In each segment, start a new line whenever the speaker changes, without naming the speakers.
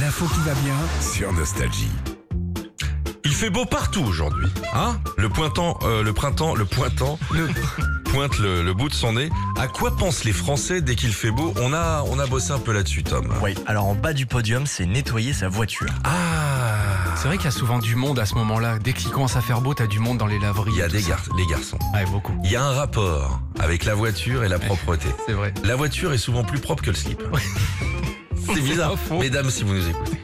l'info qui va bien.
sur Nostalgie.
Il fait beau partout aujourd'hui, hein Le pointant, euh, le printemps, le pointant
Le-
pointe le, le bout de son nez. À quoi pensent les Français dès qu'il fait beau On a, on a bossé un peu là-dessus, Tom.
Ouais, alors en bas du podium, c'est nettoyer sa voiture.
Ah,
C'est vrai qu'il y a souvent du monde à ce moment-là. Dès qu'il commence à faire beau, t'as du monde dans les laveries.
il y a
et
des
tout ça.
gar les garçons.
Ouais, beaucoup.
Il y a un rapport avec la voiture et la propreté.
C'est vrai.
La voiture est souvent plus propre que le slip. C'est bizarre,
pas faux.
mesdames, si vous nous écoutez.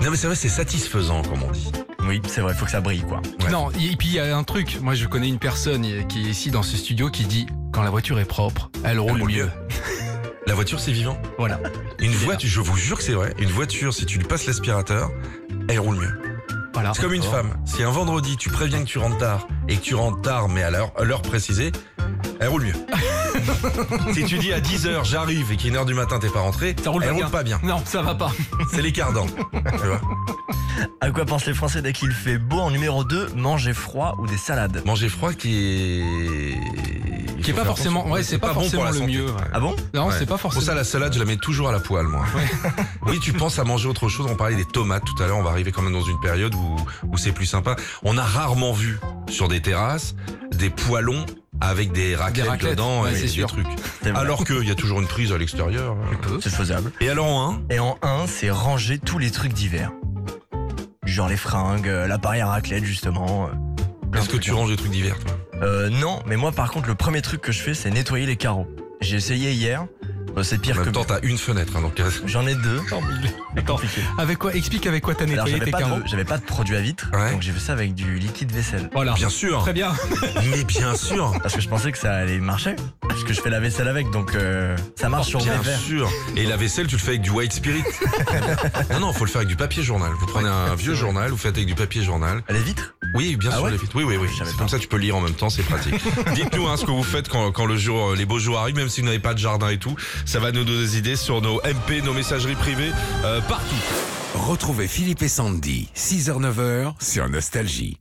Non mais c'est vrai, c'est satisfaisant, comme on dit.
Oui, c'est vrai, faut que ça brille quoi.
Ouais.
Non, et puis il y a un truc. Moi, je connais une personne qui est ici dans ce studio qui dit quand la voiture est propre, elle roule
roule
mieux.
mieux. La voiture, c'est vivant.
Voilà.
Une voiture, je vous jure que c'est vrai, une voiture, si tu lui passes l'aspirateur, elle roule mieux.
Voilà.
C'est comme une femme. Si un vendredi, tu préviens que tu rentres tard et que tu rentres tard, mais à l'heure à l'heure précisée, elle roule mieux. si tu dis à 10h, j'arrive et qu'il est 1h du matin, t'es pas rentré,
Ça roule
elle
pas bien.
roule pas bien.
Non, ça va pas.
C'est l'écart d'an. tu vois.
À quoi pensent les Français dès qu'il fait beau En numéro 2, manger froid ou des salades.
Manger froid qui est. Il
Qui est
faut
pas
faire
forcément.
attention.
Ouais, c'est pas, forcément
bon pour la
le
santé.
mieux. ouais.
Ah bon
Non,
Ouais.
c'est pas
Pour ça,
forcément.
la salade, je la mets toujours à la poêle, moi. Oui, tu penses à manger autre chose. On parlait des tomates tout à l'heure. On va arriver quand même dans une période où, où c'est plus sympa. On a rarement vu sur des terrasses des poêlons avec des raclettes,
raclettes,
dedans
ouais,
et
c'est
des
sûr.
trucs.
C'est vrai,
Alors qu'il y a toujours une prise à l'extérieur.
c'est faisable.
Et alors, hein, en un,
Et en 1, c'est ranger tous les trucs d'hiver. Genre les fringues, euh, l'appareil à raclette justement. euh, plein
est-ce
de
que
trucs.
tu ranges des trucs d'hiver toi
Euh, non, mais moi par contre, le premier truc que je fais, c'est nettoyer les carreaux. J'ai essayé hier, euh, c'est
En
pire que.
même temps, t'as une fenêtre. hein, donc,
J'en ai deux.
Attends,
Compliqué.
avec quoi Explique avec quoi t'as
Alors
nettoyé
j'avais
tes
pas,
carreaux.
de, j'avais pas de produit à vitre,
Ouais.
donc j'ai fait ça avec du liquide vaisselle.
Voilà.
Ah, bien sûr.
Très bien.
Mais bien sûr.
Parce que je pensais que ça allait marcher, parce que je fais la vaisselle avec, donc euh, ça marche sur mes
Bien
verres.
sûr. Et la vaisselle, tu le fais avec du white spirit. non, non, faut le faire avec du papier journal. Vous prenez un vieux journal, vous faites avec du papier journal.
Elle est vitre
Oui, bien
Ah
sûr,
ouais
les filtres. Oui, oui, oui.
Je savais
C'est
pas.
Comme ça, tu peux lire en même temps, c'est pratique. Dites-nous hein, ce que vous faites quand, quand le jour, euh, les beaux jours arrivent, même si vous n'avez pas de jardin et tout. Ça va nous donner des idées sur nos MP, nos messageries privées, euh, partout.
Retrouvez Philippe et Sandy, 6h-9h sur Nostalgie.